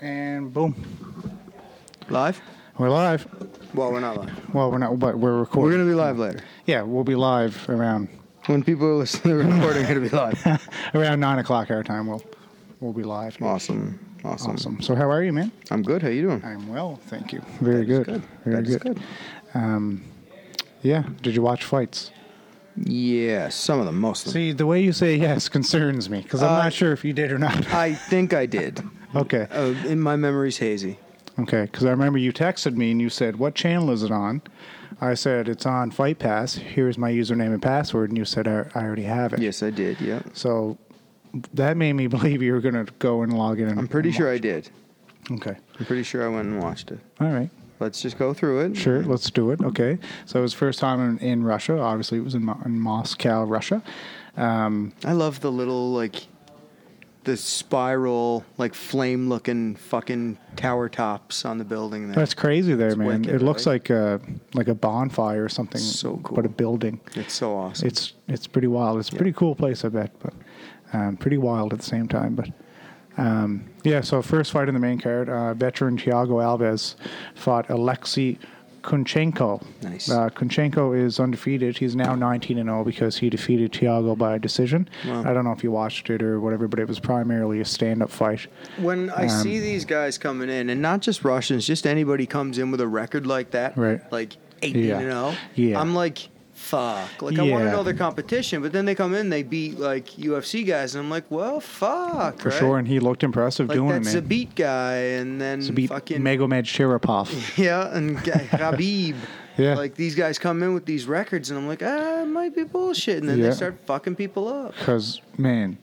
And boom, Live? we're live. Well, we're not live. Well, we're not, but we're recording. We're gonna be live later. yeah, we'll be live around When people are listening to the recording, it'll be live. around nine o'clock our time. We'll we'll be live. Awesome. awesome, Awesome. So how are you, man? I'm good. How you doing? I'm well, thank you. Very That's good. Very That's good. Um, yeah. Did you watch fights? Yeah, some of them, most of them. See, the way you say yes concerns me because I'm Uh, not sure if you did or not. I think I did. okay. Uh, in my memory's hazy. Okay, because I remember you texted me and you said, "What channel is it on?" I said, "It's on Fight Pass. Here's my username and password." And you said, "I, I already have it." Yes, I did. Yeah. So that made me believe you were going to go and log in. I'm pretty sure I did. Okay. I'm pretty sure I went and watched it. All right. Let's just go through it. Sure. Let's do it. Okay. So it was first time in, in Russia. Obviously, it was in, Mo- in Moscow, Russia. Um, I love the little like the spiral like flame looking fucking tower tops on the building there. that's crazy there, man. wicked, it looks right? like a like a bonfire or something. So cool. But a building. It's so awesome. It's it's pretty wild. It's a pretty cool place, I bet, but um, pretty wild at the same time. But um, yeah, so first fight in the main card, uh, veteran Thiago Alves fought Alexei Kunchenko. Nice. Uh, Kunchenko is undefeated. He's now 19 and 0 because he defeated Thiago by decision. Wow. I don't know if you watched it or whatever, but it was primarily a stand-up fight. When I Um, see these guys coming in, and not just Russians, just anybody comes in with a record like that, Right. Like eighteen Yeah. and zero. Yeah. I'm like, fuck. Like I want to Yeah. know their competition, but then they come in, they beat like UFC guys, and I'm like, well, fuck. For right? sure, and he looked impressive Like doing that it, man. Zabit guy, and then Zabit fucking Magomed Sharapov. yeah, and G- Habib. Yeah. Like these guys come in with these records, and I'm like, ah, it might be bullshit, and then Yeah. they start fucking people up. because man,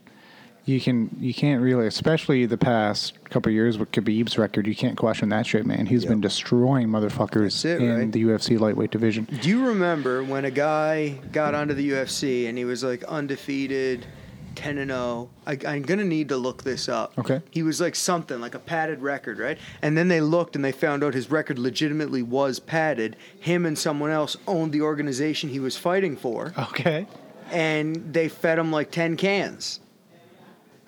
you can you can't really, especially the past couple of years with Khabib's record, you can't question that shit, man. He's Yep. been destroying motherfuckers That's it, in right? the UFC lightweight division. Do you remember when a guy got onto the UFC and he was like undefeated, 10 and 0? I, I'm going to need to look this up. Okay. He was like something, like a padded record, right? And then they looked and they found out his record legitimately was padded. Him and someone else owned the organization he was fighting for, Okay, and they fed him like 10 cans.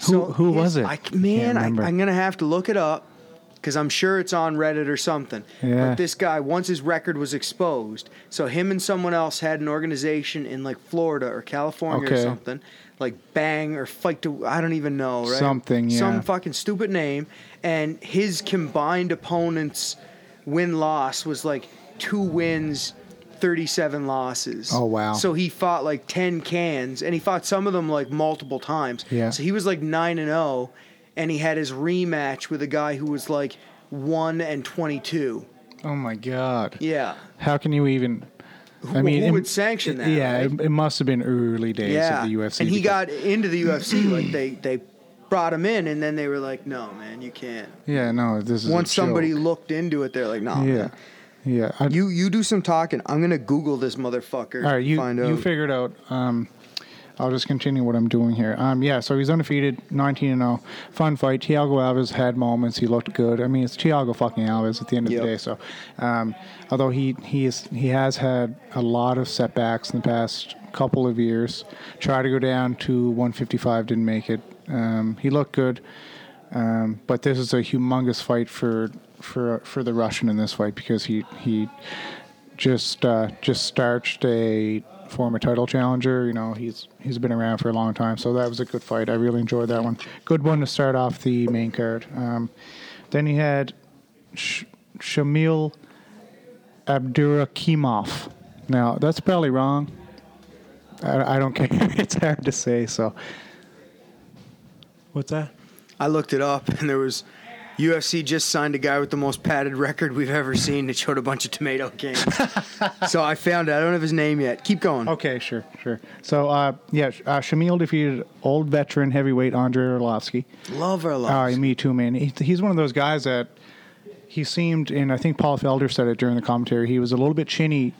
Who- who was his- it? I, man, Can't I, I'm remember. going to have to look it up because I'm sure it's on Reddit or something. Yeah. But this guy, once his record was exposed, so him and someone else had an organization in like Florida or California or Okay. something, like Bang or Fight to, I don't even know, right? Something, yeah. Some fucking stupid name. And his combined opponent's win loss was like two wins. 37 losses. Oh, wow. So he fought like 10 cans and he fought some of them like multiple times. Yeah. So he was like 9 and 0 and he had his rematch with a guy who was like 1 and 22. oh my god, Yeah. how can you even? Who- who would sanction that, Yeah, right? it, it must have been early days Yeah. of the UFC. and he because- got into the UFC like they they brought him in and then they were like, "No, man, you can't." yeah, no, this is a Once somebody joke. looked into it, they're like, "No." yeah, man. yeah, I- You you do some talking. I'm going to Google this motherfucker. All right, you find you out. figure it out. Um, I'll just continue what I'm doing here. Um, yeah, so he's undefeated, 19 and 0. Fun fight. Tiago Alves had moments. He looked good. I mean, it's Tiago fucking Alves at the end of Yep. the day. So, um, although he he is he has had a lot of setbacks in the past couple of years. Tried to go down to 155, didn't make it. Um, he looked good. Um, but this is a humongous fight for for for the Russian in this fight because he he just uh, just starched a former title challenger. You know he's he's been around for a long time, so that was a good fight. I really enjoyed that one. Good one to start off the main card. Um, then he had Sh- Shamil Abdurakimov. Now that's probably wrong. I, I don't care. it's hard to say. So what's that? I looked it up and there was UFC just signed a guy with the most padded record we've ever seen that showed a bunch of tomato cans. so I found it. I don't have his name yet. Keep going. Okay, sure, sure. So, uh, yeah, uh, Shamil defeated old veteran heavyweight Andre Orlovsky. Love our Uh, lives. me too, man. He, he's one of those guys that he seemed, and I think Paul Felder said it during the commentary, he was a little bit chinny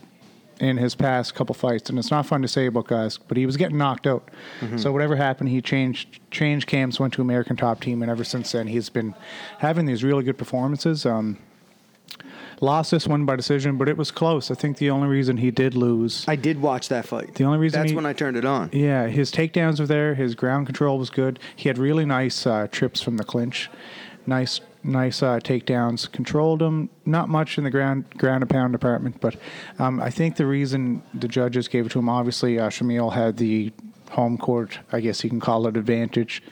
in his past couple fights, and it's not fun to say about guys, but he was getting knocked out. So whatever happened, he changed changed camps, went to American Top Team, and ever since then he's been having these really good performances. Um, lost this one by decision, but it was close. I think the only reason he did lose I did watch that fight. The only reason that's he- when I turned it on. Yeah, his takedowns were there. His ground control was good. He had really nice uh, trips from the clinch. Nice, nice uh, takedowns. Controlled him. Not much in the ground ground and pound department, but um, I think the reason the judges gave it to him, obviously, uh, Shamil had the home court, I guess you can call it advantage,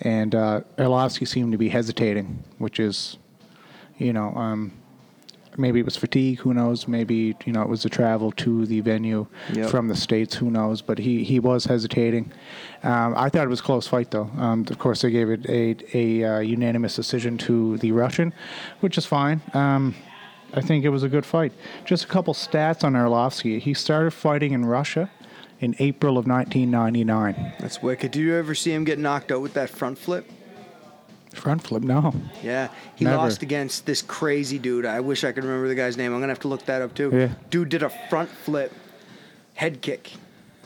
and uh, Arlovsky seemed to be hesitating, which is, you know, um, maybe it was fatigue. Who knows? Maybe you know it was the travel to the venue Yep. from the states. Who knows? But he he was hesitating. Um, I thought it was a close fight though. Um, of course, they gave it a a uh, unanimous decision to the Russian, which is fine. Um, I think it was a good fight. Just a couple stats on Arlovsky. He started fighting in Russia in April of 1999. That's wicked. Did you ever see him get knocked out with that front flip? Front flip? No. Yeah, he Never. lost against this crazy dude. I wish I could remember the guy's name. I'm gonna have to look that up too. Yeah. Dude did a front flip, head kick.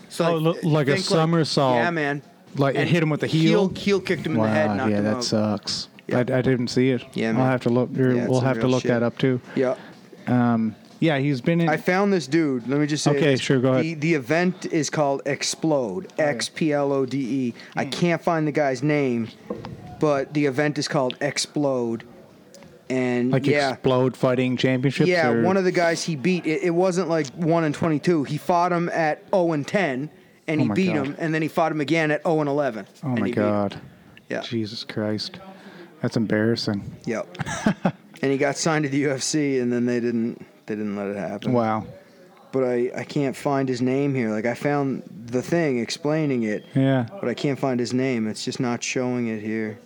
So Oh, look- like a think somersault. Yeah, man. Like, it And hit him with the heel? Heel, kicked him in the head. Knocked yeah, him that out. sucks. Yeah. I, I didn't see it. Yeah, I'll man. have to look. er, Yeah, it's we'll some have to real look shit. that up too. yeah. Um, yeah, he's been in. I found this dude. Let me just say. Okay, this. sure, go ahead. The, the event is called Explode. X P L O D E. I can't find the guy's name, but the event is called Explode. And like yeah, explode fighting championships. Yeah, or- one of the guys he beat. It, it wasn't like one and twenty-two. He fought him at zero and ten, and Oh he my beat God. him. And then he fought him again at zero and eleven. Oh and my he beat him. god. Yeah. Jesus Christ, that's embarrassing. Yep. and he got signed to the UFC, and then they didn't. They didn't let it happen. Wow. But I, I can't find his name here. Like I found the thing explaining it, Yeah, but I can't find his name. It's just not showing it here.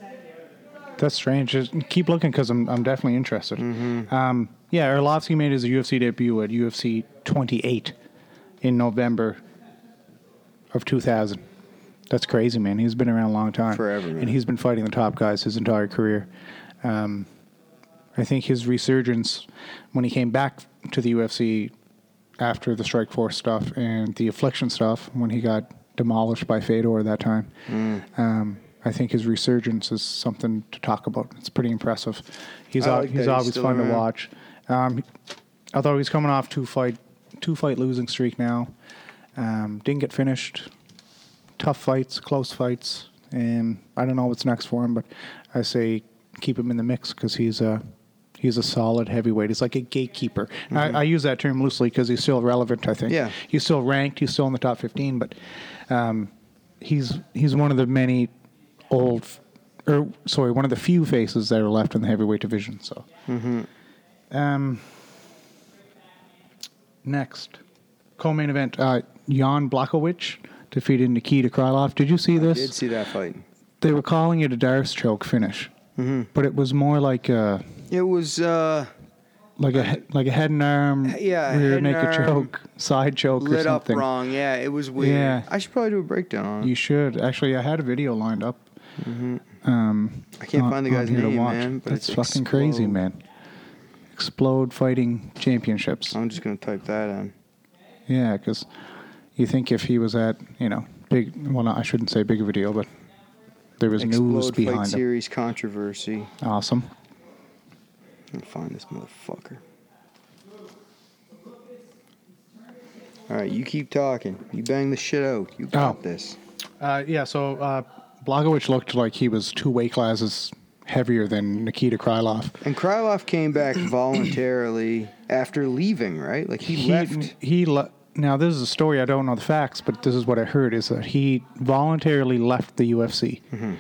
that's strange. Just keep looking because I'm I'm definitely interested. Mm-hmm. Um, yeah, Arlovsky made his UFC debut at UFC 28 in November of 2000. That's crazy, man. He's been around a long time. Forever, man. And he's been fighting the top guys his entire career. Um, I think his resurgence when he came back to the UFC after the Strike Force stuff and the Affliction stuff, when he got demolished by Fedor that time, Mm. um, I think his resurgence is something to talk about. It's pretty impressive. He's I al- like that he's he's always still fun around. to watch. Um, although he's coming off two fight two fight losing streak now, um, didn't get finished. Tough fights, close fights, and I don't know what's next for him, but I say keep him in the mix because he's a he's a solid heavyweight. He's like a gatekeeper. I, I use that term loosely because he's still relevant. I think. Yeah. He's still ranked. He's still in the top fifteen, but um, he's he's one of the many old. Or sorry, one of the few faces that are left in the heavyweight division. So, um, next co-main event, uh, Jan Blachowicz defeated Nikita Krylov. Did you see I this? did see that fight. They were calling it a Darius choke finish, Mm-hmm. but it was more like a It was uh, like a he- like a head and arm, Yeah, rear head and naked arm, choke, side choke, or lit up something. wrong. Yeah, it was weird. Yeah. I should probably do a breakdown on it. You should actually. I had a video lined up. Um, Mm-hmm. I can't on- find the on guy's here to name, watch. man, but That's it's fucking crazy, Explode. man. Explode fighting championships. I'm just gonna type that in. Yeah, because you think if he was at, you know, big, well, no, I shouldn't say big of a deal, but there was news Explode Fight behind him. Series controversy. Awesome. I'm gonna find this motherfucker. All right, you keep talking. You bang the shit out. You got Oh. this. Uh, yeah, so uh, Blagojevich looked like he was two weight classes heavier than Nikita Krylov. And Krylov came back voluntarily after leaving, right? Like he, left. He le- now this is a story I don't know the facts, but this is what I heard is that he voluntarily left the UFC, Mm-hmm.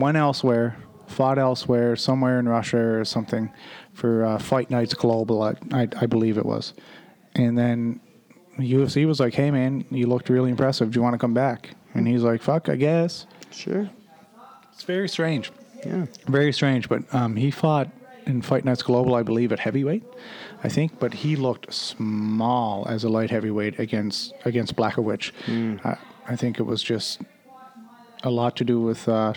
went elsewhere, fought elsewhere, somewhere in Russia or something, for uh, Fight Nights Global, I, I, I believe it was, and then UFC was like, "Hey man, you looked really impressive. Do you want to come back?" And he's like, "Fuck, I guess." Sure. It's very strange. Yeah. Very strange, but um, he fought in Fight Nights Global, I believe, at heavyweight, I think. But he looked small as a light heavyweight against against Blackowicz. I, I think it was just a lot to do with uh,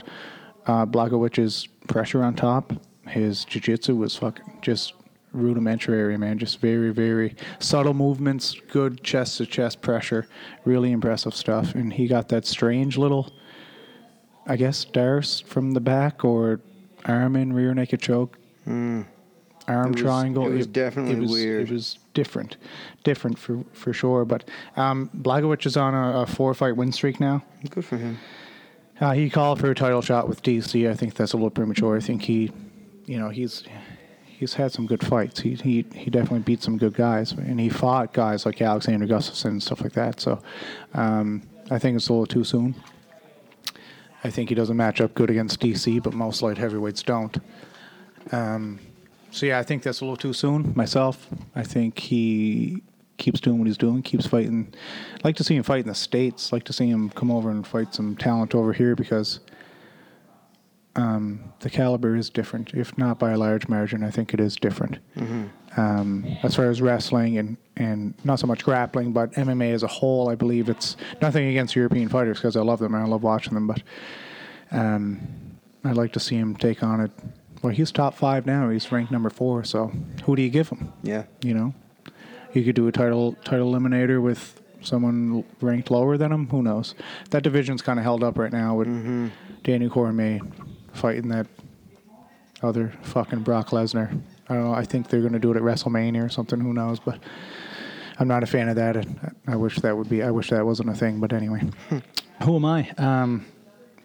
uh, Blachowicz's pressure on top. His jiu-jitsu was fucking just rudimentary, man. Just very, very subtle movements, good chest-to-chest pressure, really impressive stuff. And he got that strange little, I guess, Darius from the back or arm in rear naked choke, arm was- triangle. Hmm. it was definitely it was- weird. It was different, different for for sure. But um, Blachowicz is on a, a four-fight win streak now. Good for him. Uh, he called for a title shot with DC. I think that's a little premature. I think he you know, he's he's had some good fights. He he he definitely beat some good guys, and he fought guys like Alexander Gustafson and stuff like that. So um, I think it's a little too soon. I think he doesn't match up good against DC, but most light heavyweights don't. Um, so yeah, I think that's a little too soon. Myself, I think he keeps doing what he's doing, keeps fighting. Like to see him fight in the states. Like to see him come over and fight some talent over here because the caliber is different, if not by a large margin. I think it is different. Um, as far as wrestling and, and not so much grappling, but MMA as a whole, I believe it's nothing against European fighters because I love them and I love watching them. But um, I like to see him take on it. Well, he's top five now. He's ranked number four. So who do you give him? Yeah. You know, you could do a title title eliminator with someone ranked lower than him. Who knows? That division's kind of held up right now with Danny Cormier fighting that other fucking Brock Lesnar. I don't know. I think they're going to do it at WrestleMania or something. Who knows? But I'm not a fan of that. And I I wish that would be. I wish that wasn't a thing. But anyway, who am I? Um,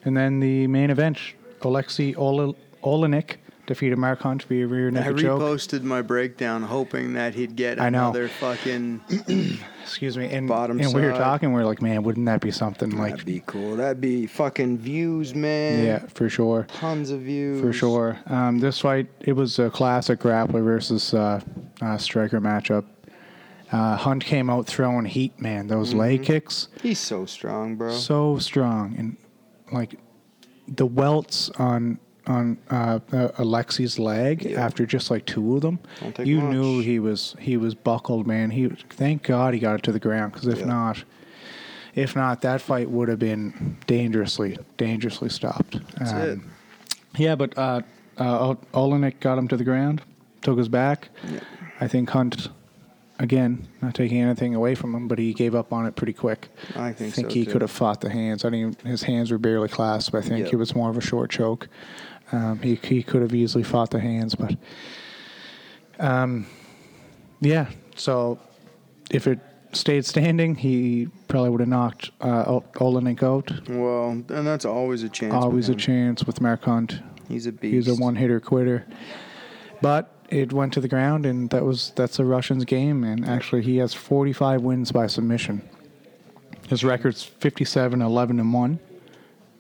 and then the main event: Alexei Ole- Olenek defeated Mark Hunt via rear I naked choke. reposted my breakdown hoping that he'd get I know. another fucking. excuse me and, Bottom and we were side. talking we are like man wouldn't that be something like That'd be cool. That'd be fucking views, man. yeah for sure Tons of views. for sure um, this fight it was a classic grappler versus uh, uh, striker matchup uh, hunt came out throwing heat man those Mm-hmm. leg kicks He's so strong, bro. so strong and like the welts on on uh, uh, Alexi's leg after just like two of them, Don't take you much. knew he was he was buckled, man. He thank God he got it to the ground because if Yeah. not, if not, that fight would have been dangerously dangerously stopped. Um, That's it. Yeah, but uh, uh, Ol- Olenek got him to the ground, took his back. I think Hunt, again, not taking anything away from him, but he gave up on it pretty quick. I think so, he too. could have fought the hands. I mean, his hands were barely clasped. I think Yeah. it was more of a short choke. Um, he he could have easily fought the hands, but um, yeah. So if it stayed standing, he probably would have knocked uh, Ol- Olenek out. Well, and that's always a chance. with Always a him. chance with Mark Hunt. He's a beast. He's a one hitter quitter. But it went to the ground, and that was that's a Russian's game. And actually, he has 45 wins by submission. His record's 57, 11, and one,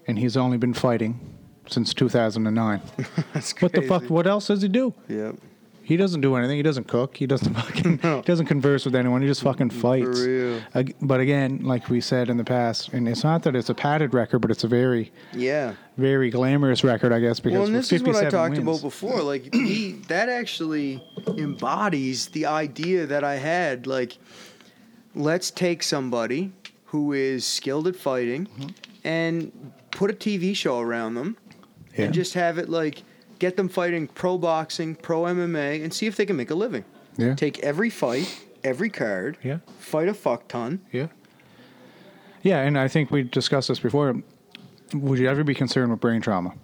and he's only been fighting since 2009. That's What the crazy. fuck? What else does he do? Yep. He doesn't do anything. He doesn't cook. He doesn't fucking. No. He doesn't converse with anyone. He just fucking fights. real. Ag- But again, like we said in the past, and it's not that it's a padded record, but it's a very, Yeah. very glamorous record, I guess. Because Well, and with this is what I 57 talked wins- about before. Like he, that actually embodies the idea that I had. Like, let's take somebody who is skilled at fighting, Mm-hmm. and put a TV show around them, Yeah. and just have it like get them fighting pro boxing, pro MMA, and see if they can make a living. Yeah. Take every fight, every card. Yeah. Fight a fuck ton. Yeah. Yeah, and I think we discussed this before. Would you ever be concerned with brain trauma?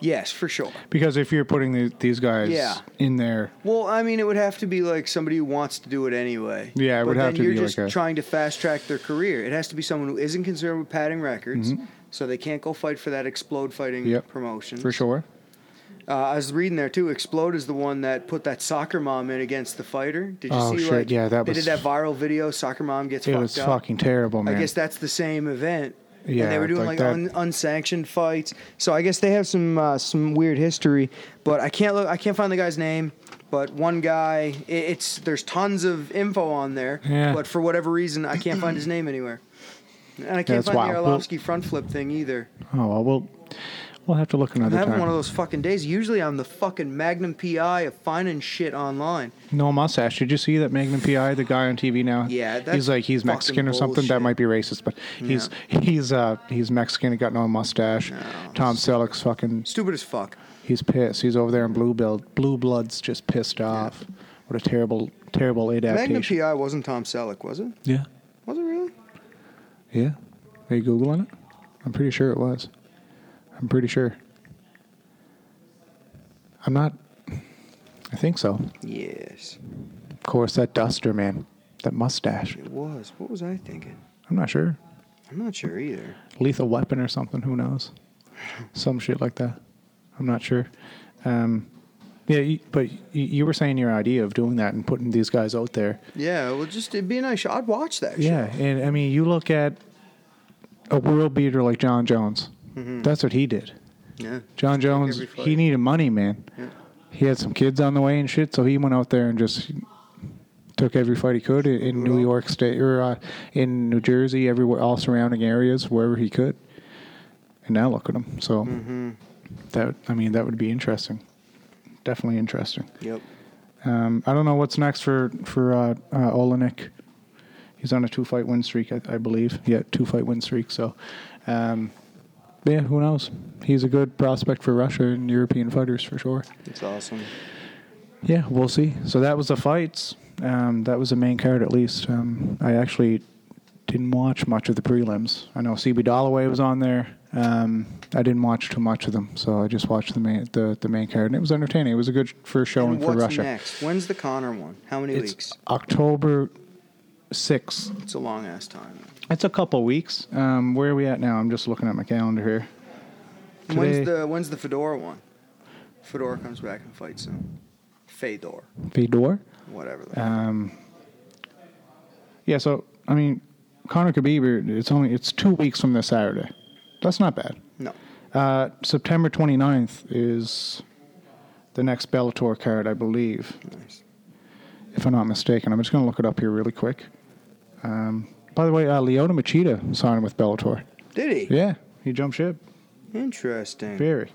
Yes, for sure. Because if you're putting the, these guys Yeah. in there, Well, I mean, it would have to be like somebody who wants to do it anyway. Yeah, it but would then have to you're be just like a- trying to fast track their career. It has to be someone who isn't concerned with padding records, so they can't go fight for that explode fighting Mm-hmm. Yep, promotion. for sure. Uh, I was reading there too. Explode is the one that put that soccer mom in against the fighter. Did you Oh, see? shit, Like, yeah, that they was- did that viral video. Soccer mom gets It fucked was up. fucking terrible, man. I guess that's the same event. and Yeah, they were doing like like, that- un, unsanctioned fights. So I guess they have some uh, some weird history. But I can't look. I can't find the guy's name. But one guy, it, it's there's tons of info on there. Yeah. But for whatever reason, I can't find his name anywhere. And I can't That's find the wild. Well- Arlovsky front flip thing either. oh well, we'll we'll have to look I'm another having time. one of those fucking days. Usually I'm the fucking Magnum PI of finding shit online. no mustache. Did you see that Magnum PI, the guy on TV now? Yeah, that's he's like he's fucking Mexican or something. That bullshit. might be racist, but he's he's uh he's Mexican. He got no mustache. Tom Selleck's fucking Stupid as fuck. He's pissed. He's over there in Blue Build. Blue Blood's just pissed off. What a terrible, terrible Magnum adaptation. PI wasn't Tom Selleck, was it? yeah. Was it really? Yeah. Are you Googling it? I'm pretty sure it was. I'm pretty sure. I'm not. I think so. Yes, Of course, that duster, man. That mustache. it was. What was I thinking? I'm not sure. I'm not sure either. Lethal Weapon or something. Who knows? Some shit like that. I'm not sure. Um, Yeah, you- but you- you were saying your idea of doing that and putting these guys out there. Yeah, well, just it'd be a nice show. I'd watch that. show. Yeah, and I mean, you look at a world beater like John Jones. That's what he did. yeah. John Jones, every fight. he needed money, man. Yeah. He had some kids on the way and shit, so he went out there and just took every fight he could in, in New Well- York State or uh, in New Jersey, everywhere, all surrounding areas, wherever he could. And now look at him. So Mm-hmm. that I mean, that would be interesting. Definitely interesting. Yep. Um, I don't know what's next for for uh, uh, Olenek. He's on a two fight win streak, I, I believe. Yeah, two fight win streak. So, um, yeah, who knows? He's a good prospect for Russia and European fighters for sure. It's awesome. Yeah, we'll see. So that was the fights. Um, that was the main card, at least. Um, I actually didn't watch much of the prelims. I know CB Dollaway was on there. Um, I didn't watch too much of them, so I just watched the main the, the main card, and it was entertaining. It was a good first showing And for what's Russia. next? When's the Connor one? How many It's weeks? October 6th. It's a long ass time. It's a couple weeks. Um, where are we at now? I'm just looking at my calendar here. Today- When's the When's the Fedora one? Fedora comes back and fights soon. Fedor, Fedor. whatever. the- Um, yeah, so, I mean, Conor Khabib, it's only it's two weeks from this Saturday. That's not bad. no. Uh, September 29th is the next Bellator card, I believe. Nice. if I'm not mistaken. I'm just going to look it up here really quick. Um, by the way, uh, Leona Machida signed with Bellator. Did he? Yeah, he jumped ship. Interesting. Very,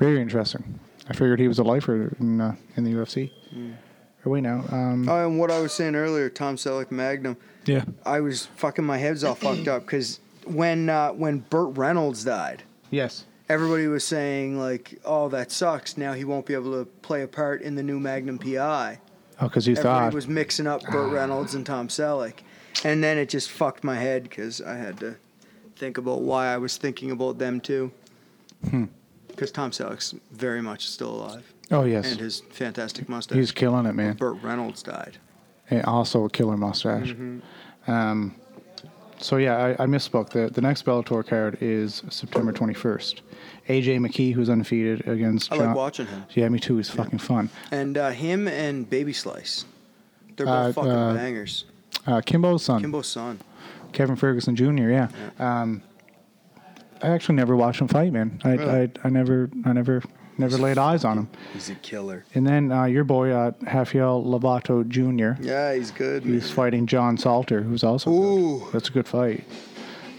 very interesting. I figured he was a lifer in uh, in the UFC. Mm. Are we now? Um, Oh, and what I was saying earlier, Tom Selleck Magnum. yeah. I was fucking my head's all fucked up because when uh, when Burt Reynolds died, Yes. everybody was saying like, "Oh, that sucks." Now he won't be able to play a part in the new Magnum PI. Oh, because you Everybody thought. was mixing up Burt Reynolds and Tom Selleck, and then it just fucked my head because I had to think about why I was thinking about them too. Hmm. Because Tom Selleck's very much still alive, oh yes, and his fantastic mustache. he's killing it, man. Burt Reynolds died. And also a killer mustache. Mm-hmm. Um, so yeah, I, I misspoke. the The next Bellator card is September 21st. AJ McKee, who's undefeated against. I like John- watching him. Yeah, me too. He's fucking fun. And uh, him and Baby Slice. They're Uh, both fucking uh, bangers. Uh, Kimbo's son. Kimbo's son. Kevin Ferguson Jr. Yeah, Um, I actually never watched him fight, man. I, Really? I, I never, I never, never laid eyes on him. He's a killer. And then uh, your boy uh, Rafael Lovato Jr. Yeah, he's good. He's fighting John Salter, who's also good. Ooh. That's a good fight.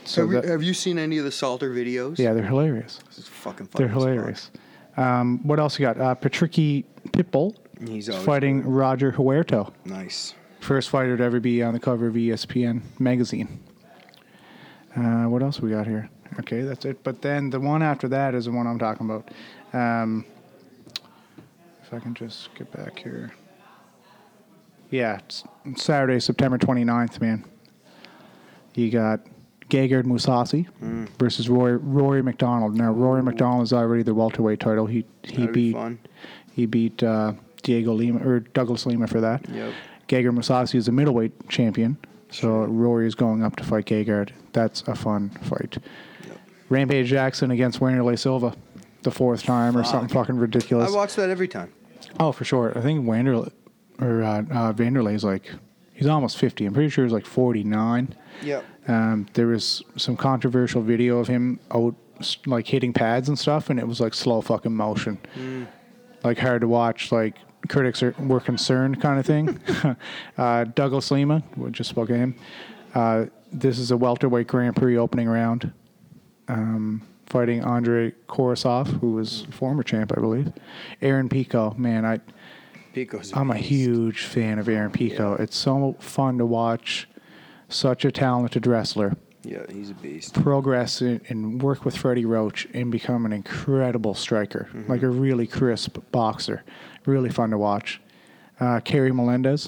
So have, you, that- have you seen any of the Salter videos? yeah, they're hilarious. This is fucking funny They're as fuck. hilarious. Um, what else you got? Uh, Patricky Pitbull He's is always fighting Roger Huerto. Nice. First fighter to ever be on the cover of E ESPN magazine. Uh, what else we got here? Okay, that's it. But then the one after that is the one I'm talking about. Um, if I can just get back here. Yeah, it's Saturday, September 29th, man. You got Gegard Mousasi Mm. versus Roy, Rory McDonald. Now, Rory McDonald is already the welterweight title. He he That'd be beat fun. he beat uh, Diego Lima or Douglas Lima for that. Yep. Gegard Mousasi is the middleweight champion, so Rory is going up to fight Gegard. That's a fun fight. Yep. Rampage Jackson against Wanderlei Silva, the fourth time or something fucking ridiculous. I watch that every time. oh, for sure. I think Wanderlei or uh, uh, Vanderlei's like he's almost fifty. I'm pretty sure he's like forty nine. Yep. Um, there was some controversial video of him out s- like hitting pads and stuff, and it was like slow fucking motion, like hard to watch. Like critics are, were concerned, kind of thing. uh, Douglas Lima, we just spoke of him. Uh, this is a welterweight Grand Prix opening round, um, fighting Andre Korosov, who was former champ, I believe. Aaron Pico, man, I Pico's I'm a beast. huge fan of Aaron Pico. It's so fun to watch. Such a talented wrestler Yeah, he's a beast. progress and, and work with Freddie Roach and become an incredible striker, like a really crisp boxer. Really fun to watch. Uh, Carrie Melendez,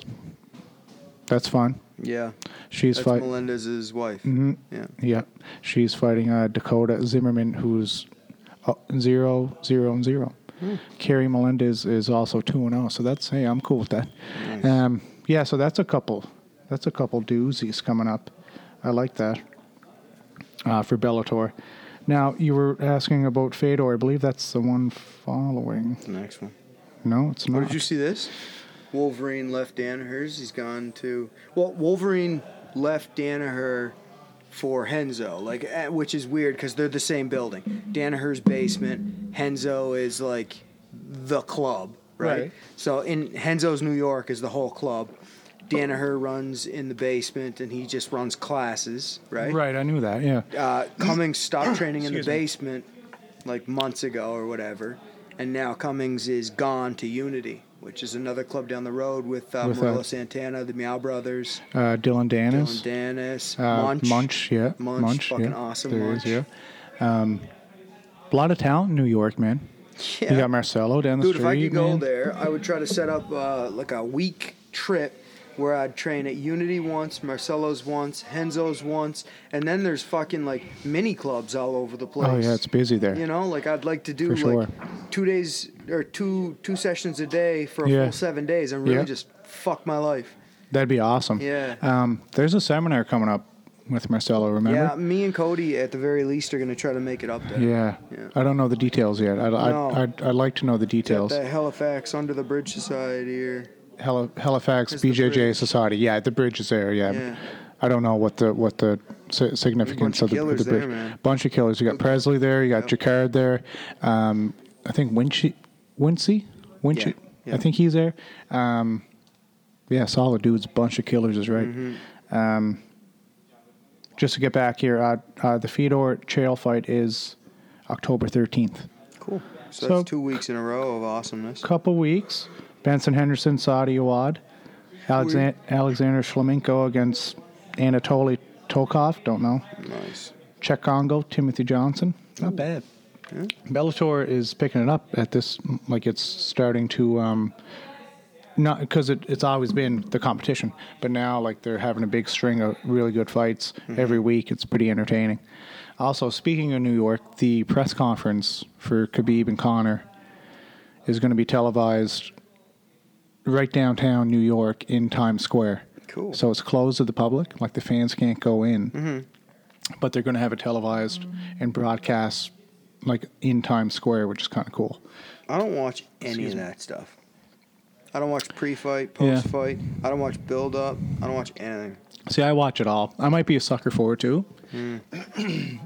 that's fun. Yeah. She's That's fight. Melendez's wife. Mm-hmm. Yeah. yeah, she's fighting uh, Dakota Zimmerman, who's uh, zero, zero, and zero. Hmm. Carrie Melendez is also two and zero, so that's hey, I'm cool with that. Um, yeah, so that's a couple. That's a couple doozies coming up. I like that uh, for Bellator. Now you were asking about Fedor. I believe that's the one following. The next one. No, it's Oh, not. did you see this? Wolverine left Danaher's. He's gone to well. Wolverine left Danaher for Henzo, like eh, which is weird because they're the same building. Danaher's basement. Henzo is like the club, right? Right. So in Henzo's New York is the whole club. Danaher runs in the basement, and he just runs classes, right? Right, I knew that. Yeah. uh, Cummings stopped training in the Excuse me. basement like months ago or whatever, and now Cummings is gone to Unity, which is another club down the road with, uh, With, uh, Morello Santana, the Meow Brothers, Uh, Dylan Danis. Dylan Dennis, uh, Munch. yeah. Munch, fucking yeah. awesome There Munch. is, yeah. Um, lot of talent in New York, man. Yeah. You got Marcelo down the Dude, if street. I could go man. there, I would try to set up uh, like a week trip where I'd train at Unity once, Marcelo's once, Henzo's once, and then there's fucking like mini clubs all over the place. Oh, yeah, it's busy there. You know, like I'd like to do For sure. like two days or two two sessions a day for a Yeah. full seven days and really Yeah. just fuck my life. That'd be awesome. Yeah. Um, there's a seminar coming up with Marcelo, Yeah, remember? me and Cody at the very least are gonna try to make it up there. Yeah. Yeah. I don't know the details yet. I'd, No. I'd, I'd, I'd like to know the details. The Halifax Under the Bridge Society or Hal- Halifax It's the BJJ bridge. Society. Yeah, the bridge is there. Yeah. Yeah. I don't know what the what the si- significance Bunch of, the, of of killers the there, bridge. man. Bunch of killers. You got Presley there. You got Yep. Jacquard there. Um, I think Winchie, Wincy, Winchie. Yeah, yeah. I think he's there. Um, yeah, solid dudes. Bunch of killers is right. Um, Mm-hmm. just to get back here, uh, uh, the Fedor Chael fight is October thirteenth. Cool. So, So- that's two weeks in a row of awesomeness. couple weeks. Benson Henderson, Saudi Awad, Alexan- Alexander Shlemenko against Anatoly Tokov. Don't know. Nice. Czech Congo, Timothy Johnson. Not bad. Bellator is picking it up at this. Like it's starting to. Um, not because it, it's always been the competition, but now like they're having a big string of really good fights every week. It's pretty entertaining. Also, speaking of New York, the press conference for Khabib and Connor is going to be televised right downtown New York in Times Square. Cool. So it's closed to the public, like the fans can't go in, but they're going to have it televised and broadcast like in Times Square, which is kind of cool. I don't watch any Excuse of me. that stuff. I don't watch pre-fight, Yeah. post-fight. I don't watch build-up. I don't watch anything. See, I watch it all. I might be a sucker for it too,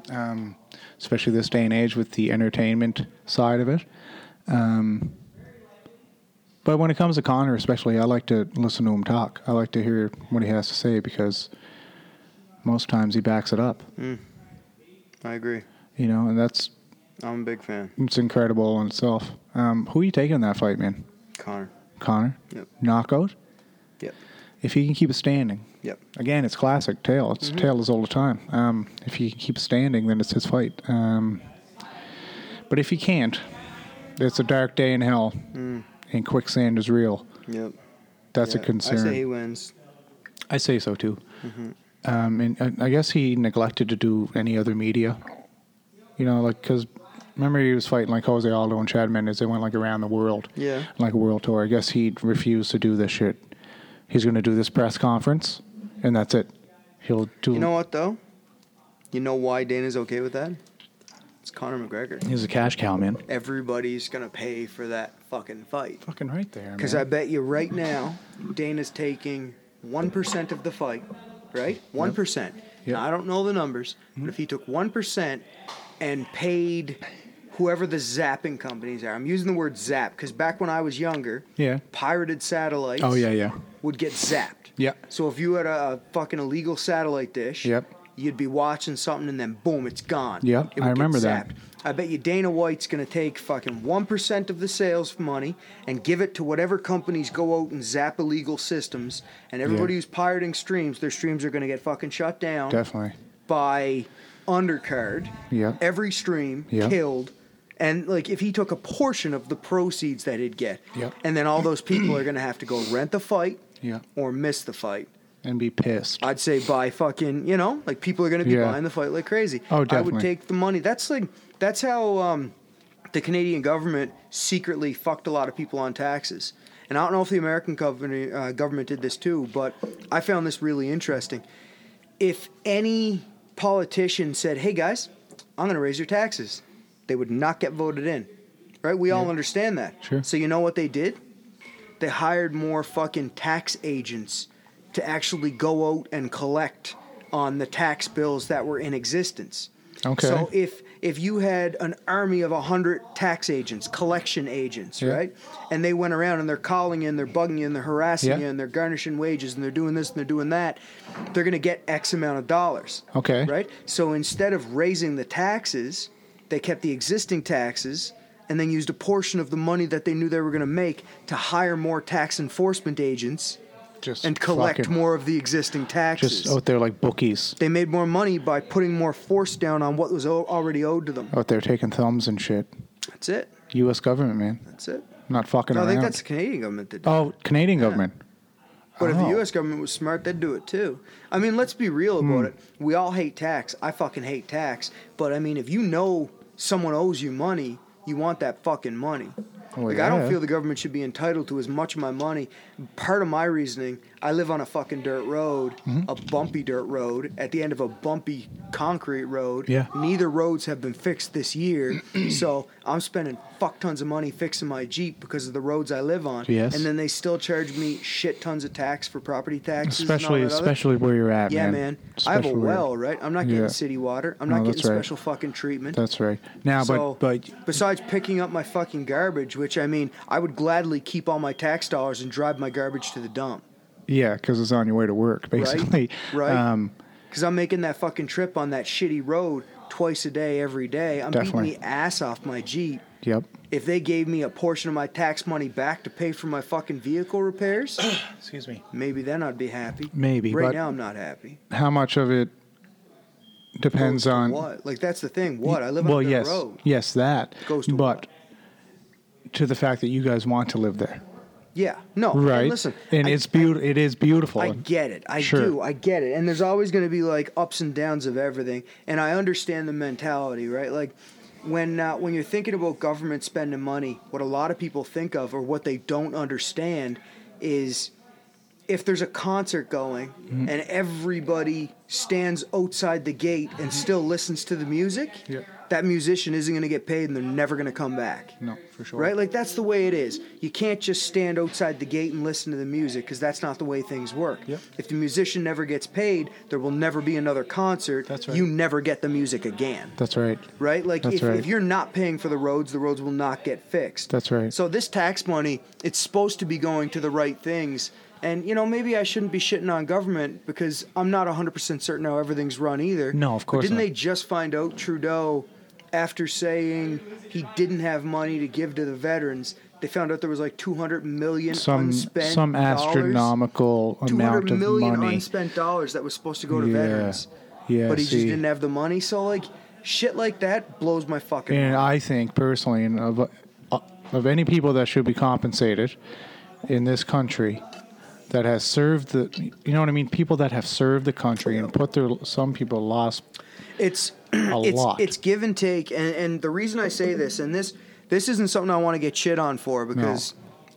um, especially this day and age with the entertainment side of it. Um, but when it comes to Connor, especially, I like to listen to him talk. I like to hear what he has to say because most times he backs it up, I agree. you know, and that's I'm a big fan. it's incredible in itself. Um, who are you taking in that fight, man? Connor. Connor Yep. knockout. Yep. If he can keep it standing, Yep. Mm-hmm. again, it's classic Tail. It's Tail is all the time. Um, if he keeps standing, then it's his fight. Um, but if he can't, it's a dark day in hell, and quicksand is real. Yep. That's Mm. Yeah. a concern. I say he wins. so too. Um, and, and I guess he neglected to do any other media. You know, like because remember he was fighting like Jose Aldo and Chad Mendes. They went like around the world Yeah. like a world tour. I guess he refused to do this shit. He's going to do this press conference, and that's it. He'll do. You know what though? You know why Dana's okay with that? It's Conor McGregor. he's a cash cow, man. Everybody's gonna pay for that fucking fight. Fucking right there, man. Because I bet you right now, Dana's taking 1% of the fight, right? 1%. Yep. Now, I don't know the numbers, but if he took 1% and paid whoever the zapping companies are, I'm using the word zap because back when I was younger, Yeah. pirated satellites Oh yeah, yeah. would get zapped. Yeah. So if you had a fucking illegal satellite dish, Yep. you'd be watching something and then boom, it's gone. Yep, It would I get remember that. zapped. I bet you Dana White's going to take fucking 1% of the sales money and give it to whatever companies go out and zap illegal systems. And everybody Yeah. who's pirating streams, their streams are going to get fucking shut down Definitely. by undercard. Yeah. Every stream Yeah. killed. And like if he took a portion of the proceeds that he'd get. Yeah. And then all those people are gonna have to go rent the fight Yeah. or miss the fight. And be pissed. I'd say buy fucking you know, like people are gonna be Yeah. buying the fight like crazy. Oh, I would definitely. take the money. That's like that's how um, the Canadian government secretly fucked a lot of people on taxes. And I don't know if the American company, uh, government did this too, but I found this really interesting if any politician said, "Hey guys, I'm going to raise your taxes," they would not get voted in. right? We all understand that. Sure. So you know what they did? They hired more fucking tax agents to actually go out and collect on the tax bills that were in existence. Okay. Uh, So if if you had an army of hundred tax agents, collection agents, Yeah. right, and they went around and they're calling you and they're bugging you and they're harassing Yeah. you and they're garnishing wages and they're doing this and they're doing that, they're gonna get X amount of dollars. Okay. Right. So instead of raising the taxes, they kept the existing taxes and then used a portion of the money that they knew they were gonna make to hire more tax enforcement agents Just and collect fucking- more of the existing taxes. Just out there like bookies They made more money by putting more force down on what was o- already owed to them. out there taking thumbs and shit. That's it. U.S. government, man, That's it. not fucking No, I around. think that's the Canadian government that did. it. oh, Canadian government. but if the oh. U.S. government was smart, they'd do it too. I mean, let's be real Hmm. about it. We all hate tax. I fucking hate tax. But I mean, if you know someone owes you money, you want that fucking money. Well, like I don't yeah. feel the government should be entitled to as much of my money. Part of my reasoning, I live on a fucking dirt road, Mm-hmm. a bumpy dirt road, at the end of a bumpy concrete road. Yeah. Neither roads have been fixed this year, so I'm spending fuck tons of money fixing my Jeep because of the roads I live on. Yes. And then they still charge me shit tons of tax for property taxes. and all Especially, that other- especially where you're at, Yeah, man. man. I have a Especially where- well, right? I'm not getting Yeah. city water. I'm No, not getting that's right. special fucking treatment. That's right. Now, so, but but besides picking up my fucking garbage, which I mean, I would gladly keep all my tax dollars and drive my garbage to the dump, yeah, because it's on your way to work, basically. right? Um, because I'm making that fucking trip on that shitty road twice a day, every day. I'm Definitely. beating the ass off my Jeep. yep. If they gave me a portion of my tax money back to pay for my fucking vehicle repairs, Excuse me. maybe then I'd be happy. Maybe, Right but- now, I'm not happy. How much of it depends Goes to on what? Like that's the thing. What I live on well, a dirt yes, road. yes, that. Goes to but to the fact that you guys want to live there, Yeah. No. and right? listen, and I- it's beautiful. It is beautiful. I get it. I Sure. do. I get it. And there's always going to be like ups and downs of everything. And I understand the mentality, right? Like when uh, when you're thinking about government spending money, what a lot of people think of or what they don't understand is if there's a concert going Mm-hmm. and everybody stands outside the gate and still listens to the music, Mm-hmm. Yeah. that musician isn't going to get paid and they're never going to come back. no, for sure. Right? Like that's the way it is. You can't just stand outside the gate and listen to the music because that's not the way things work. Yep. If the musician never gets paid, there will never be another concert. That's right. You never get the music again. That's right. Right? Like That's if, right. if you're not paying for the roads, the roads will not get fixed. That's right. So this tax money, it's supposed to be going to the right things. And you know, maybe I shouldn't be shitting on government because I'm not 100% certain how everything's run either. No, of But course didn't not. they just find out Trudeau after saying he didn't have money to give to the veterans? They found out there was like 200 million Some unspent some dollars, astronomical 200 amount of million money. unspent dollars that was supposed to go to yeah, veterans yeah. but he see. just didn't have the money. So like shit like that blows my fucking. And I think personally, and of uh, of any people that should be compensated in this country that has served the, you know what I mean, people that have served the country and put their some people lost. It's it's lot. it's give and take, and and the reason I say this, and this this isn't something I want to get shit on for because.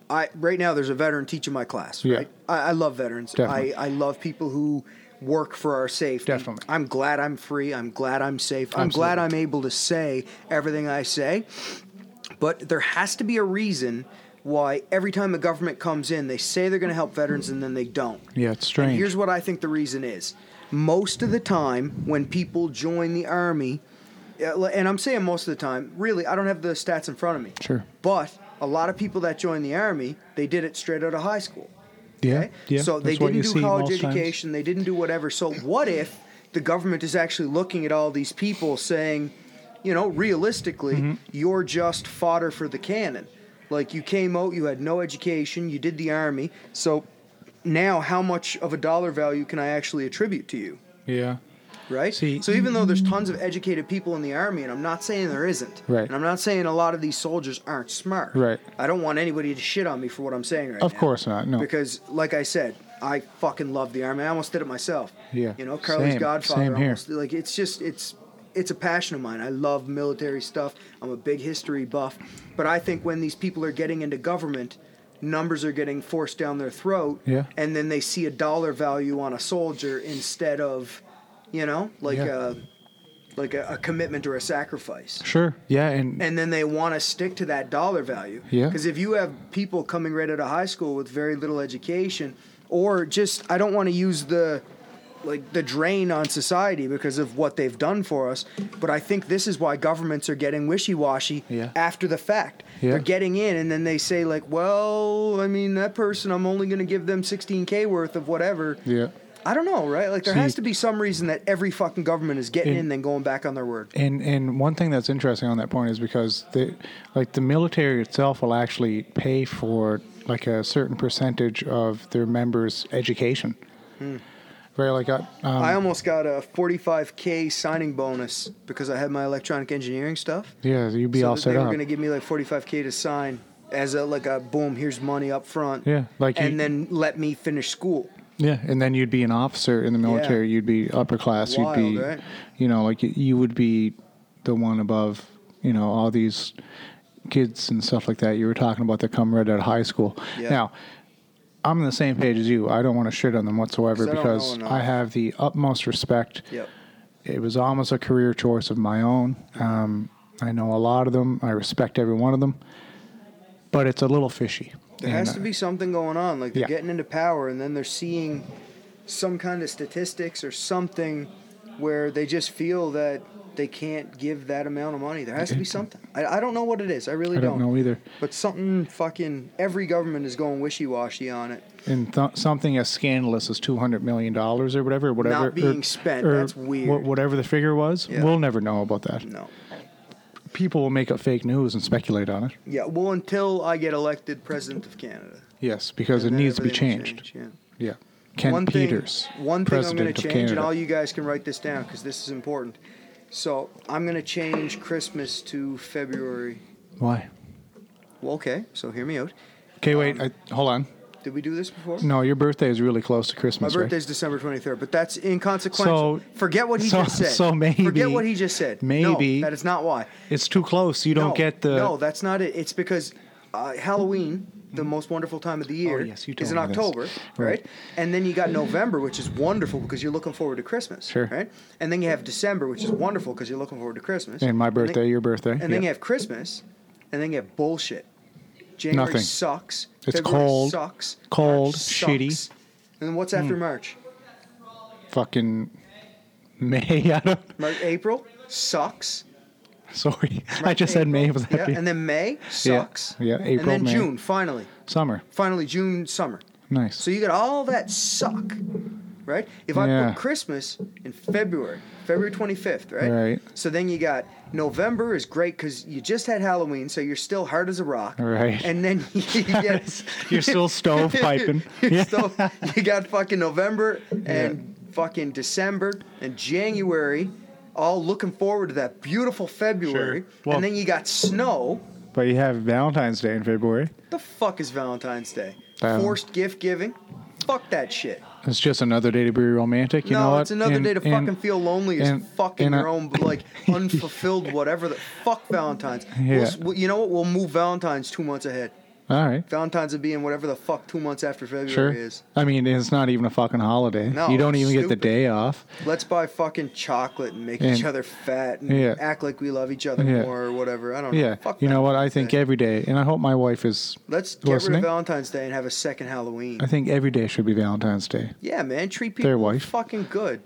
I, right now, there's a veteran teaching my class. Yeah. Right, I, I love veterans. Definitely. I, I love people who work for our safety. Definitely. I'm glad I'm free. I'm glad I'm safe. I'm glad I'm Absolutely. able to say everything I say. But there has to be a reason why every time the government comes in, they say they're going to help veterans and then they don't. Yeah, it's And strange. here's what I think the reason is. Most of the time, when people join the army, uh, and I'm saying most of the time, really, I don't have the stats in front of me. Sure. But a lot of people that join the army, they did it straight out of high school. yeah, Okay? yeah. So they that's what didn't you do see college most times. education, they didn't do whatever. So what if the government is actually looking at all these people saying, you know, realistically, Mm-hmm. you're just fodder for the cannon. Like you came out, you had no education, you did the army. So now how much of a dollar value can I actually attribute to you? Yeah, right? See- so even though there's tons of educated people in the army, and I'm not saying there isn't, Right. And I'm not saying a lot of these soldiers aren't smart, Right. I don't want anybody to shit on me for what I'm saying right of now. course not. No, Because, like I said, I fucking love the army. I almost did it myself. Yeah. You know, Carly's Same. Godfather. Same here. Almost, like it's just it's it's a passion of mine. I love military stuff. I'm a big history buff, but I think when these people are getting into government. Numbers are getting forced down their throat, Yeah. and then they see a dollar value on a soldier instead of, you know, like Yeah. uh, like a, a commitment or a sacrifice. Sure. Yeah, and, And then they want to stick to that dollar value. Yeah. Because if you have people coming right out of high school with very little education, or just I don't want to use the like the drain on society because of what they've done for us, but I think this is why governments are getting wishy washy Yeah. after the fact. Yeah. They're getting in and then they say like, well, I mean that person, I'm only going to give them 16k worth of whatever. yeah. I don't know, right? Like there See- has to be some reason that every fucking government is getting In- in, then going back on their word. And and one thing that's interesting on that point is because the like the military itself will actually pay for like a certain percentage of their members' education. Right, like I, um, Hmm. I almost got a 45k signing bonus because I had my electronic engineering stuff. yeah, you'd be so all that set they were up. going to give me like 45k to sign as a like a boom, here's money up front. Yeah, like and you- then let me finish school. Yeah, and then you'd be an officer in the military. You'd be upper class. Wild, you'd be, right? you know, like y- you would be the one above, you know, all these kids and stuff like that. You were talking about that come right out of high school. Yeah. Now, I'm on the same page as you. I don't want to shit on them whatsoever 'Cause I don't because know enough. I have the utmost respect Yep. it was almost a career choice of my own. Um, I know a lot of them. I respect every one of them, but it's a little fishy. There And, has to uh, be something going on. Like they're Yeah. getting into power and then they're seeing some kind of statistics or something where they just feel that they can't give that amount of money. There has to be something. I, I don't know what it is. I really I don't know either. But something fucking every government is going wishy washy on it. And th- something as scandalous as two hundred million dollars or whatever, whatever being or, spent, or that's weird. wha- whatever the figure was, Yeah. we'll never know about that. No. People will make up fake news and speculate on it. Yeah. Well, until I get elected president of Canada, Yes, because And it then needs to be everything will changed. change, Yeah, yeah. Ken one Peters, Thing, one thing I'm president going to of change, and Canada. all you guys can write this down because this is important. So I'm going to change Christmas to February. Why? Well, okay. So hear me out. Okay, wait. Um, I, hold on. Did we do this before? No, your birthday is really close to My Christmas. right? birthday's December 23rd, but that's inconsequential. So- Forget what he so- just said. so maybe- Forget what he just said. No, maybe- that is not why. It's too close. You don't no, get the. No, that's not it. It's because uh, Halloween, the most wonderful time of the year, Oh, yes, you told is in me this. October, right. Right. And then you got November, which is wonderful because you're looking forward to Christmas, Sure. right? And then you have December, which is wonderful because you're looking forward to Christmas. And my then- birthday, your birthday. and then yeah. you have Christmas, and then you have bullshit. January Nothing. sucks. It's February cold, Sucks. cold, March shitty. Hmm. sucks. And then what's after March? fucking May. I don't. March, April sucks. Sorry, I just said May. Was Yeah, that and then May sucks. yeah, April, and then May. June finally, summer? finally June summer. Nice. So you got all that suck, right? If I Yeah. put Christmas in February, February 25th, right? Right. So then you got November is great because you just had Halloween, so you're still hard as a rock. Right. And then you get, You're still stove piping. you're Yeah. still- you got fucking November Yeah. and fucking December and January all looking forward to that beautiful February. Well- and then you got snow. But you have Valentine's Day in February. The fuck is Valentine's Day? Um, Forced gift giving? Fuck that shit. It's just another day to be romantic. You no, know what? it's another And- day to and- fucking feel lonely as and- fucking and I- your own like unfulfilled whatever. The fuck Valentine's. We'll s- Yeah. we- you know what? We'll move Valentine's two months ahead. All right. Valentine's would be in whatever the fuck two months after February Sure. is. I mean, it's not even a fucking holiday. No, you don't it's even get the stupid. day off. Let's buy fucking chocolate and make each And- other fat and Yeah. act like we love each other Yeah. more or whatever. I don't know. Yeah. Fuck you know what? I Valentine's think Day. every day, and I hope my wife is. Let's get rid listening? of Valentine's Day and have a second Halloween. I think every day should be Valentine's Day. Yeah, man. Treat people Their wife. fucking good.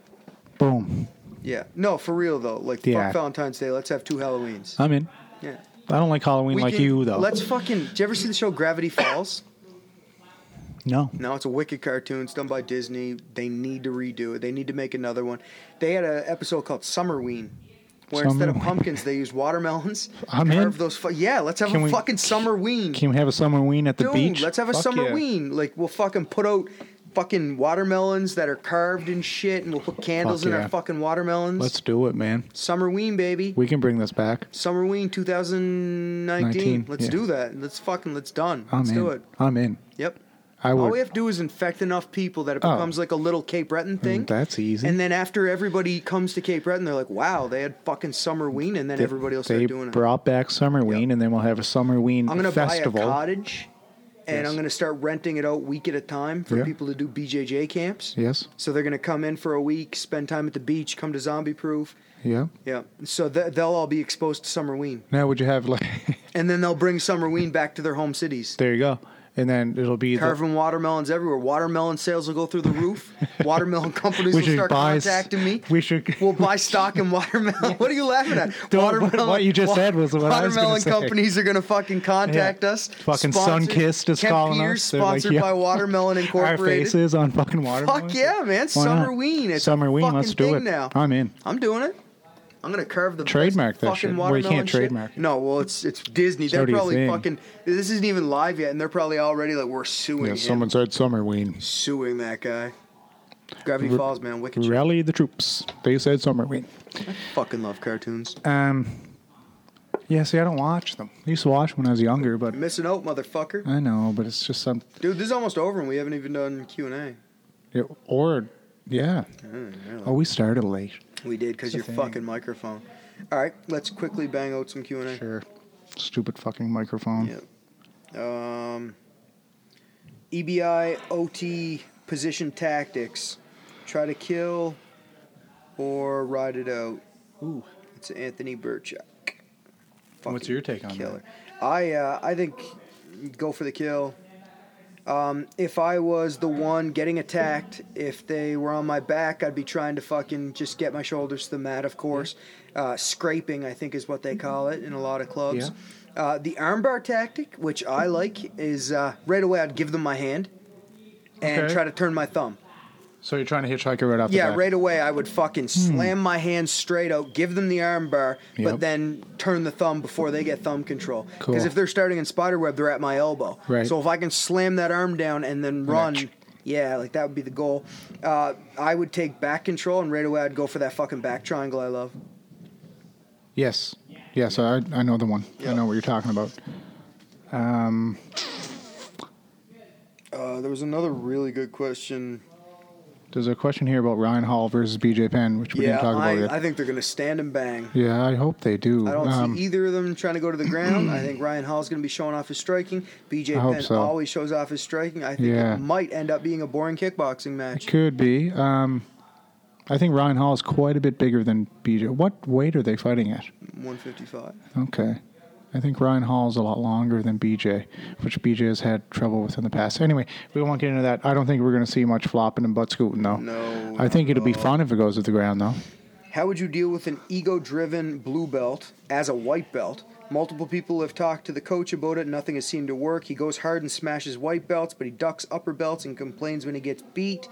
Boom. Yeah. No, for real though. Like Yeah. fuck Valentine's Day. Let's have two Halloweens. I'm in. Yeah. I don't like Halloween We like can- you though. Let's fucking. Did you ever see the show Gravity Falls? no. No, it's a wicked cartoon. It's done by Disney. They need to redo it. They need to make another one. They had an episode called Summerween, where instead of Summerween. pumpkins, they use watermelons. I'm in. carve Those fu- yeah, let's have Can a we- fucking Summerween. Can we have a summer ween at the Dude, beach? let's have a Fuck yeah. Summerween. Like, we'll fucking put out fucking watermelons that are carved and shit, and we'll put candles Fuck in yeah. our fucking watermelons. Let's do it, man. Summerween, baby. We can bring this back. Summerween 2019. 19, let's yeah. do that. Let's fucking, let's done. I'm let's in. do it. I'm in. Yep. I All we would. have to do is infect enough people that it Oh. becomes like a little Cape Breton thing. Mm, that's easy. And then after everybody comes to Cape Breton, they're like, "Wow, they had fucking Summerween," and then everybody else they started doing it. brought back summer ween, and then we'll have a summer ween I'm gonna festival. buy a cottage, and Yes. I'm going to start renting it out week at a time for Yeah. people to do BJJ camps. Yes. So they're going to come in for a week, spend time at the beach, come to Zombie Proof. Yeah. Yeah. So th- they'll all be exposed to Summerween, Now would you have like and then they'll bring Summerween back to their home cities. there you go, and then it'll be the, Carving watermelons everywhere. Watermelon sales will go through the roof. Watermelon companies We will should start buy s- contacting me. we should- We'll buy stock in watermelon. What are you laughing at? Don't- what- what you just said was what I was gonna watermelon say. companies are going to fucking contact Yeah. us. Fucking Sponsored- Sunkist is Kent calling Peters, us. They're like, Sponsored yeah. by Watermelon our Incorporated. faces on fucking water. Fuck yeah, man! Why not? Summerween. It's a Summerween. fucking Let's do thing it. Now I'm in. I'm doing it. I'm gonna carve the best Trademark that fucking shit. Well, you watermelon. can't shit. trademark it. No, well, it's it's Disney. So They're do you probably think? fucking. This isn't even live yet, and they're probably already like we're suing Yeah, him. someone said Summerween. suing that guy. Gravity Re- Falls, man, wicked. shit. Rally the troops. They said Summerween. Fucking love cartoons. Um, yeah. See, I don't watch them. I used to watch when I was younger, but Missing out, motherfucker. I know. But it's just some Dude, this is almost over, and we haven't even done Q and A. it, or yeah. Oh, we started late. We did because It's a your thing. fucking microphone. All right, let's quickly bang out some Q and A. Sure. Stupid fucking microphone. Yep. Um, E EBI OT position tactics. Try to kill or ride it out. Ooh. It's Anthony Burchak. What's your take on that? killer. I uh, I think go for the kill. Um, if I was the one getting attacked, if they were on my back, I'd be trying to fucking just get my shoulders to the mat, of course. Uh, scraping, I think, is what they call it in a lot of clubs. Uh, the armbar tactic, which I like, is uh, right away I'd give them my hand and Okay. try to turn my thumb. So you're trying to hitchhike it right off Yeah, the bat. right away I would Hmm. fucking slam my hand straight out, give them the armbar, Yep. but then turn the thumb before they get thumb control. Because Cool. if they're starting in spider web, they're at my elbow. Right. So if I can slam that arm down and then run, ch- yeah, like that would be the goal. Uh, I would take back control, and right away I'd go for that fucking back triangle I love. Yes. Yes, I, I know the one. Yeah. I know what you're talking about. Uh, there was another really good question. There's a question here about Ryan Hall versus BJ Penn, which we yeah, didn't talk about yet. I, I think they're gonna stand and bang. yeah, I hope they do. I don't Um, see either of them trying to go to the ground. I think Ryan Hall's going to be showing off his striking. BJ I hope Penn so. always shows off his striking. I think Yeah. it might end up being a boring kickboxing it match. could be. Um, I think Ryan Hall is quite a bit bigger than BJ. What weight are they fighting at? 155. Okay. I think Ryan Hall is a lot longer than BJ, which BJ has had trouble with in the past. Anyway, we won't get into that. I don't think we're going to see much flopping and butt scooting, though. No, I think not it'll be at all. fun if it goes to the ground, though. How would you deal with an ego-driven blue belt as a white belt? Multiple people have talked to the coach about it. Nothing has seemed to work. He goes hard and smashes white belts, but he ducks upper belts and complains when he gets beat.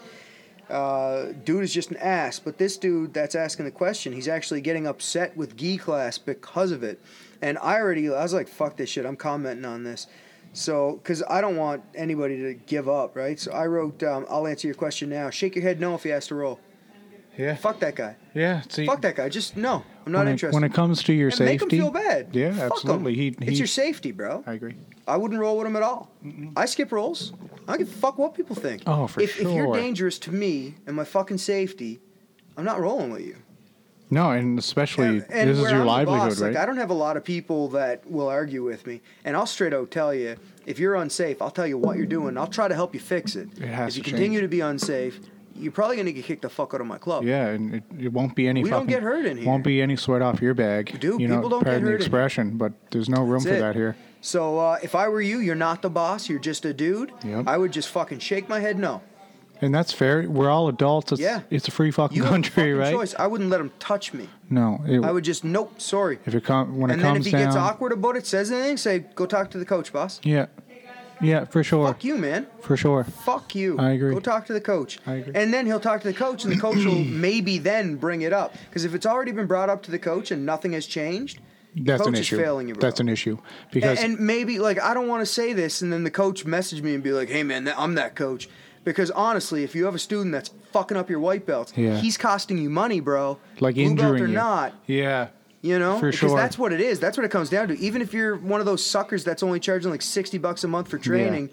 Uh, dude is just an ass. But this dude that's asking the question, he's actually getting upset with gi class because of it. And I already, I was like, fuck this shit. I'm commenting on this. So, because I don't want anybody to give up, right? So I wrote, um, I'll answer your question now. Shake your head no if he has to roll. Yeah. Fuck that guy. Yeah. See, Fuck that guy. Just no. I'm not when it, interested. when it comes to your and safety. make him feel bad. Yeah, Fuck 'em. absolutely. He, he, it's your safety, bro. I agree. I wouldn't roll with him at all. I skip rolls. I don't give a fuck what people think. Oh, for if, If you're sure. dangerous to me and my fucking safety, I'm not rolling with you. No, and especially And- and this is where your I'm the livelihood, boss, right? Like, I don't have a lot of people that will argue with me, and I'll straight out tell you if you're unsafe, I'll tell you what you're doing. I'll try to help you fix it. It has if you to continue change. to be unsafe, you're probably gonna get kicked the fuck out of my club. yeah, and it, it won't be any. We don't fucking, get hurt in here. Won't be any sweat off your bag. Dude, you know, people don't pardon the get hurt in here. expression, but there's no room That's for it. that here. So uh, if I were you, you're not the boss. You're just a dude. Yep. I would just fucking shake my head no. And that's fair. We're all adults. It's, Yeah. it's a free fucking You have country, a fucking right? choice. I wouldn't let him touch me. No, it, I would just nope, sorry. If it com- when and it then comes if he down, gets awkward about it, says anything, say go talk to the coach, boss. yeah, yeah, for sure, Fuck you, man. for sure. Fuck you. I agree. Go talk to the coach. I agree. And then he'll talk to the coach, and the coach will maybe then bring it up. Because if it's already been brought up to the coach and nothing has changed, the That's coach an is issue. failing you, bro. That's an issue because and maybe like I don't want to say this, and then the coach messaged me and be like, "Hey man, that, I'm that coach," because honestly, if you have a student that's fucking up your white belts, Yeah. he's costing you money, bro. like Blue injuring belt or you. not, Yeah, you know, For because sure. that's what it is. That's what it comes down to. Even if you're one of those suckers that's only charging like sixty bucks a month for training,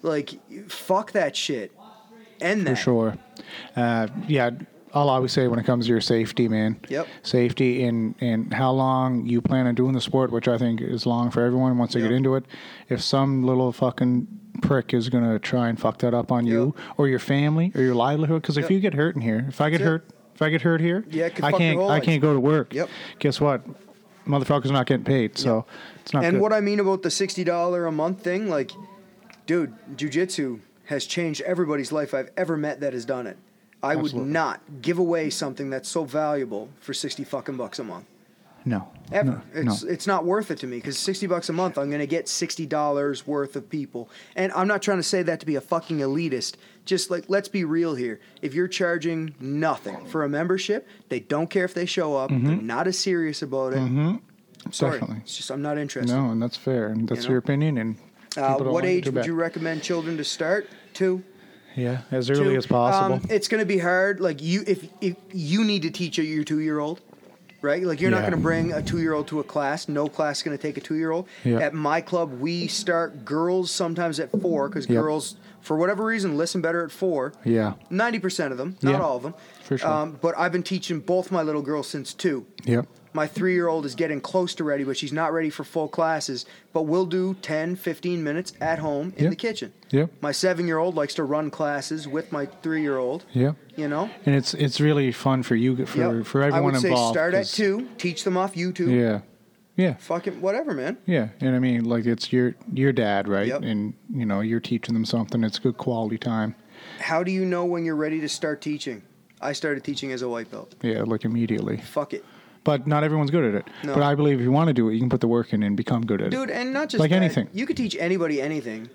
like fuck that shit. End for that. sure. Uh, yeah, I'll always say when it comes to your safety, man. Yep. Safety and and how long you plan on doing the sport, which I think is long for everyone once they Yep. get into it. If some little fucking prick is going to try and fuck that up on you or your family or your livelihood. Because if Yep. you get hurt in here, if I get it. hurt, if I get hurt here, Yeah, it could I fuck your can't, whole I life. can't go to work. Yep. Guess what? Motherfucker's not getting paid, so it's not. And good. what I mean about the sixty dollar a month thing, like, dude, jujitsu has changed everybody's life I've ever met that has done it. I Absolutely. would not give away something that's so valuable for sixty fucking bucks a month. no, Ever. no, it's no. it's not worth it to me because sixty bucks a month, I'm gonna get sixty dollars worth of people. And I'm not trying to say that to be a fucking elitist. Just like let's be real here. If you're charging nothing for a membership, they don't care if they show up. They're not as serious about it. Sorry, Mm-hmm. Definitely. it's just I'm not interested. No, and that's fair, and that's know? your opinion. And Uh, people don't what want it age too would bad. you recommend children to start? Two. Yeah, as early Two. as possible. Um, it's going to be hard. Like you, if if you need to teach your two year old, right? Like you're not Yeah. going to bring a two year old to a class. No class is going to take a two year old. Yeah. At my club, we start girls sometimes at four because Yep. girls, for whatever reason, listen better at four. yeah, Ninety percent of them, not Yeah. all of them. For sure. Um, but I've been teaching both my little girls since two. yep, My three year old is getting close to ready, but she's not ready for full classes. But we'll do 10, 15 minutes at home in Yeah. the kitchen. yep, My seven year old likes to run classes with my three year old. yep. You know? And it's it's really fun for you for Yep. for everyone I would involved. say start at 'cause- two, teach them off YouTube. Yeah, yeah. Fucking whatever, man. Yeah, and I mean, like it's your your dad, right? Yep. And you know, you're teaching them something. It's good quality time. How do you know when you're ready to start teaching? I started teaching as a white belt. Yeah, like immediately. Fuck it. But not everyone's good at it. No. But I believe if you want to do it, you can put the work in and become good at Dude, it. and not just Like that, anything. You could teach anybody anything.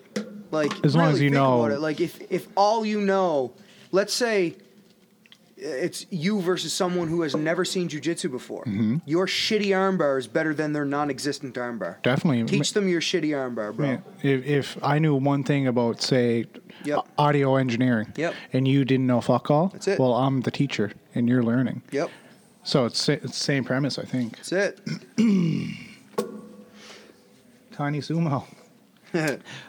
Like As long really as you think know- about it. Like if if all you know, let's say uh, it's you versus someone who has never seen jujitsu before. Mm-hmm. Your shitty armbar is better than their non-existent armbar. Definitely. Teach them your shitty armbar, bro. Man, if, if I knew one thing about, say, Yep. audio engineering, Yep. and you didn't know fuck all, That's it. well, I'm the teacher, and you're learning. Yep, So it's sa- it's the same premise, I think. that's it. Tiny sumo.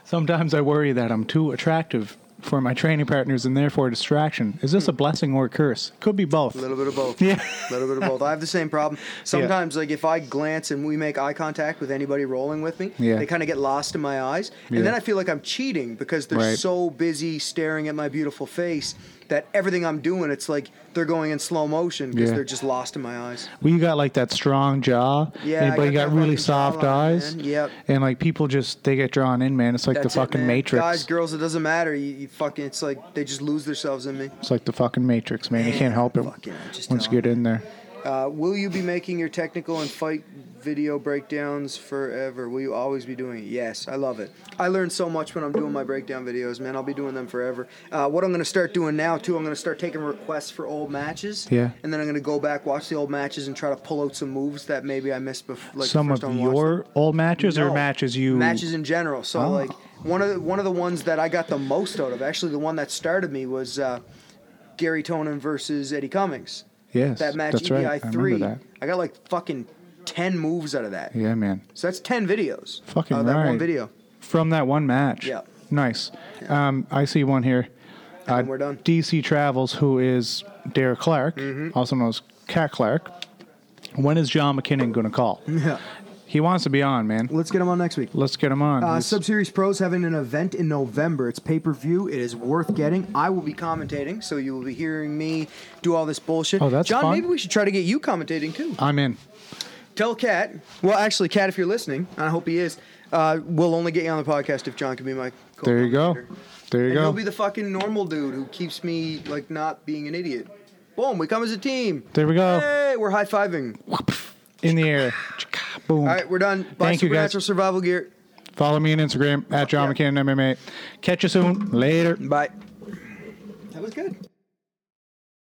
Sometimes I worry that I'm too attractive for my training partners and therefore a distraction. Is this a blessing or a curse? Could be both. A Hmm. little bit of both. Yeah. A little bit of both. I have the same problem. Sometimes, like, if I glance and we make eye contact with anybody rolling with me, Yeah. they kind of get lost in my eyes. And Yeah. then I feel like I'm cheating because they're Right. so busy staring at my beautiful face that everything I'm doing, it's like they're going in slow motion because Yeah. they're just lost in my eyes. Well, you got like that strong jaw, Yeah, and, I but you got got that really fucking soft jawline, eyes. man. Yep. And like people just they get drawn in, man. It's like That's the it, fucking man. Matrix. Guys, girls, it doesn't matter. You, you fucking, it's like they just lose themselves in me. it's like the fucking Matrix, man. you Man, can't help it fucking, I'm just once you telling get in there. Uh, will you be making your technical and fight video breakdowns forever? Will you always be doing it? Yes, I love it. I learn so much when I'm doing my breakdown videos, man. I'll be doing them forever. Uh, what I'm going to start doing now, too, I'm going to start taking requests for old matches. Yeah. And then I'm going to go back, watch the old matches, and try to pull out some moves that maybe I missed before. Like the Some first of time I watched them. your old matches or No. matches you matches in general. So Oh. like one of the, one of the ones that I got the most out of, actually the one that started me was uh, Gary Tonin versus Eddie Cummings. Yes, that match that's EBI right. I remember three. that. E I got like fucking ten moves out of that. Yeah, man. So that's ten videos. Fucking out of that right. one video. From that one match. Yeah. Nice. Um, I see one here. And then we're done. Mm-hmm. DC Travels, who is Derek Clark, also known as Cat Clark. When is John McKinnon going to call? Yeah. He wants to be on, man. Let's get them on next week. Let's get him on. Uh, He's- Sub Series Pros having an event in November. It's pay per view. It is worth getting. I will be commentating, so you will be hearing me do all this bullshit. Oh, that's John. fun. Maybe we should try to get you commentating too. I'm in. Tell Cat. Well, actually, Cat, if you're listening, and I hope he is, uh, we'll only get you on the podcast if John can be my. co There you go. There you And go. he'll be the fucking normal dude who keeps me like not being an idiot. Boom! We come as a team. There we go. Hey, we're high fiving. All in the air. Boom. right, we're done. Buy Thank you, guys. Supernatural Survival Gear. Follow me on Instagram at John McKinnon MMA. Catch you soon. Later. Bye. That was good.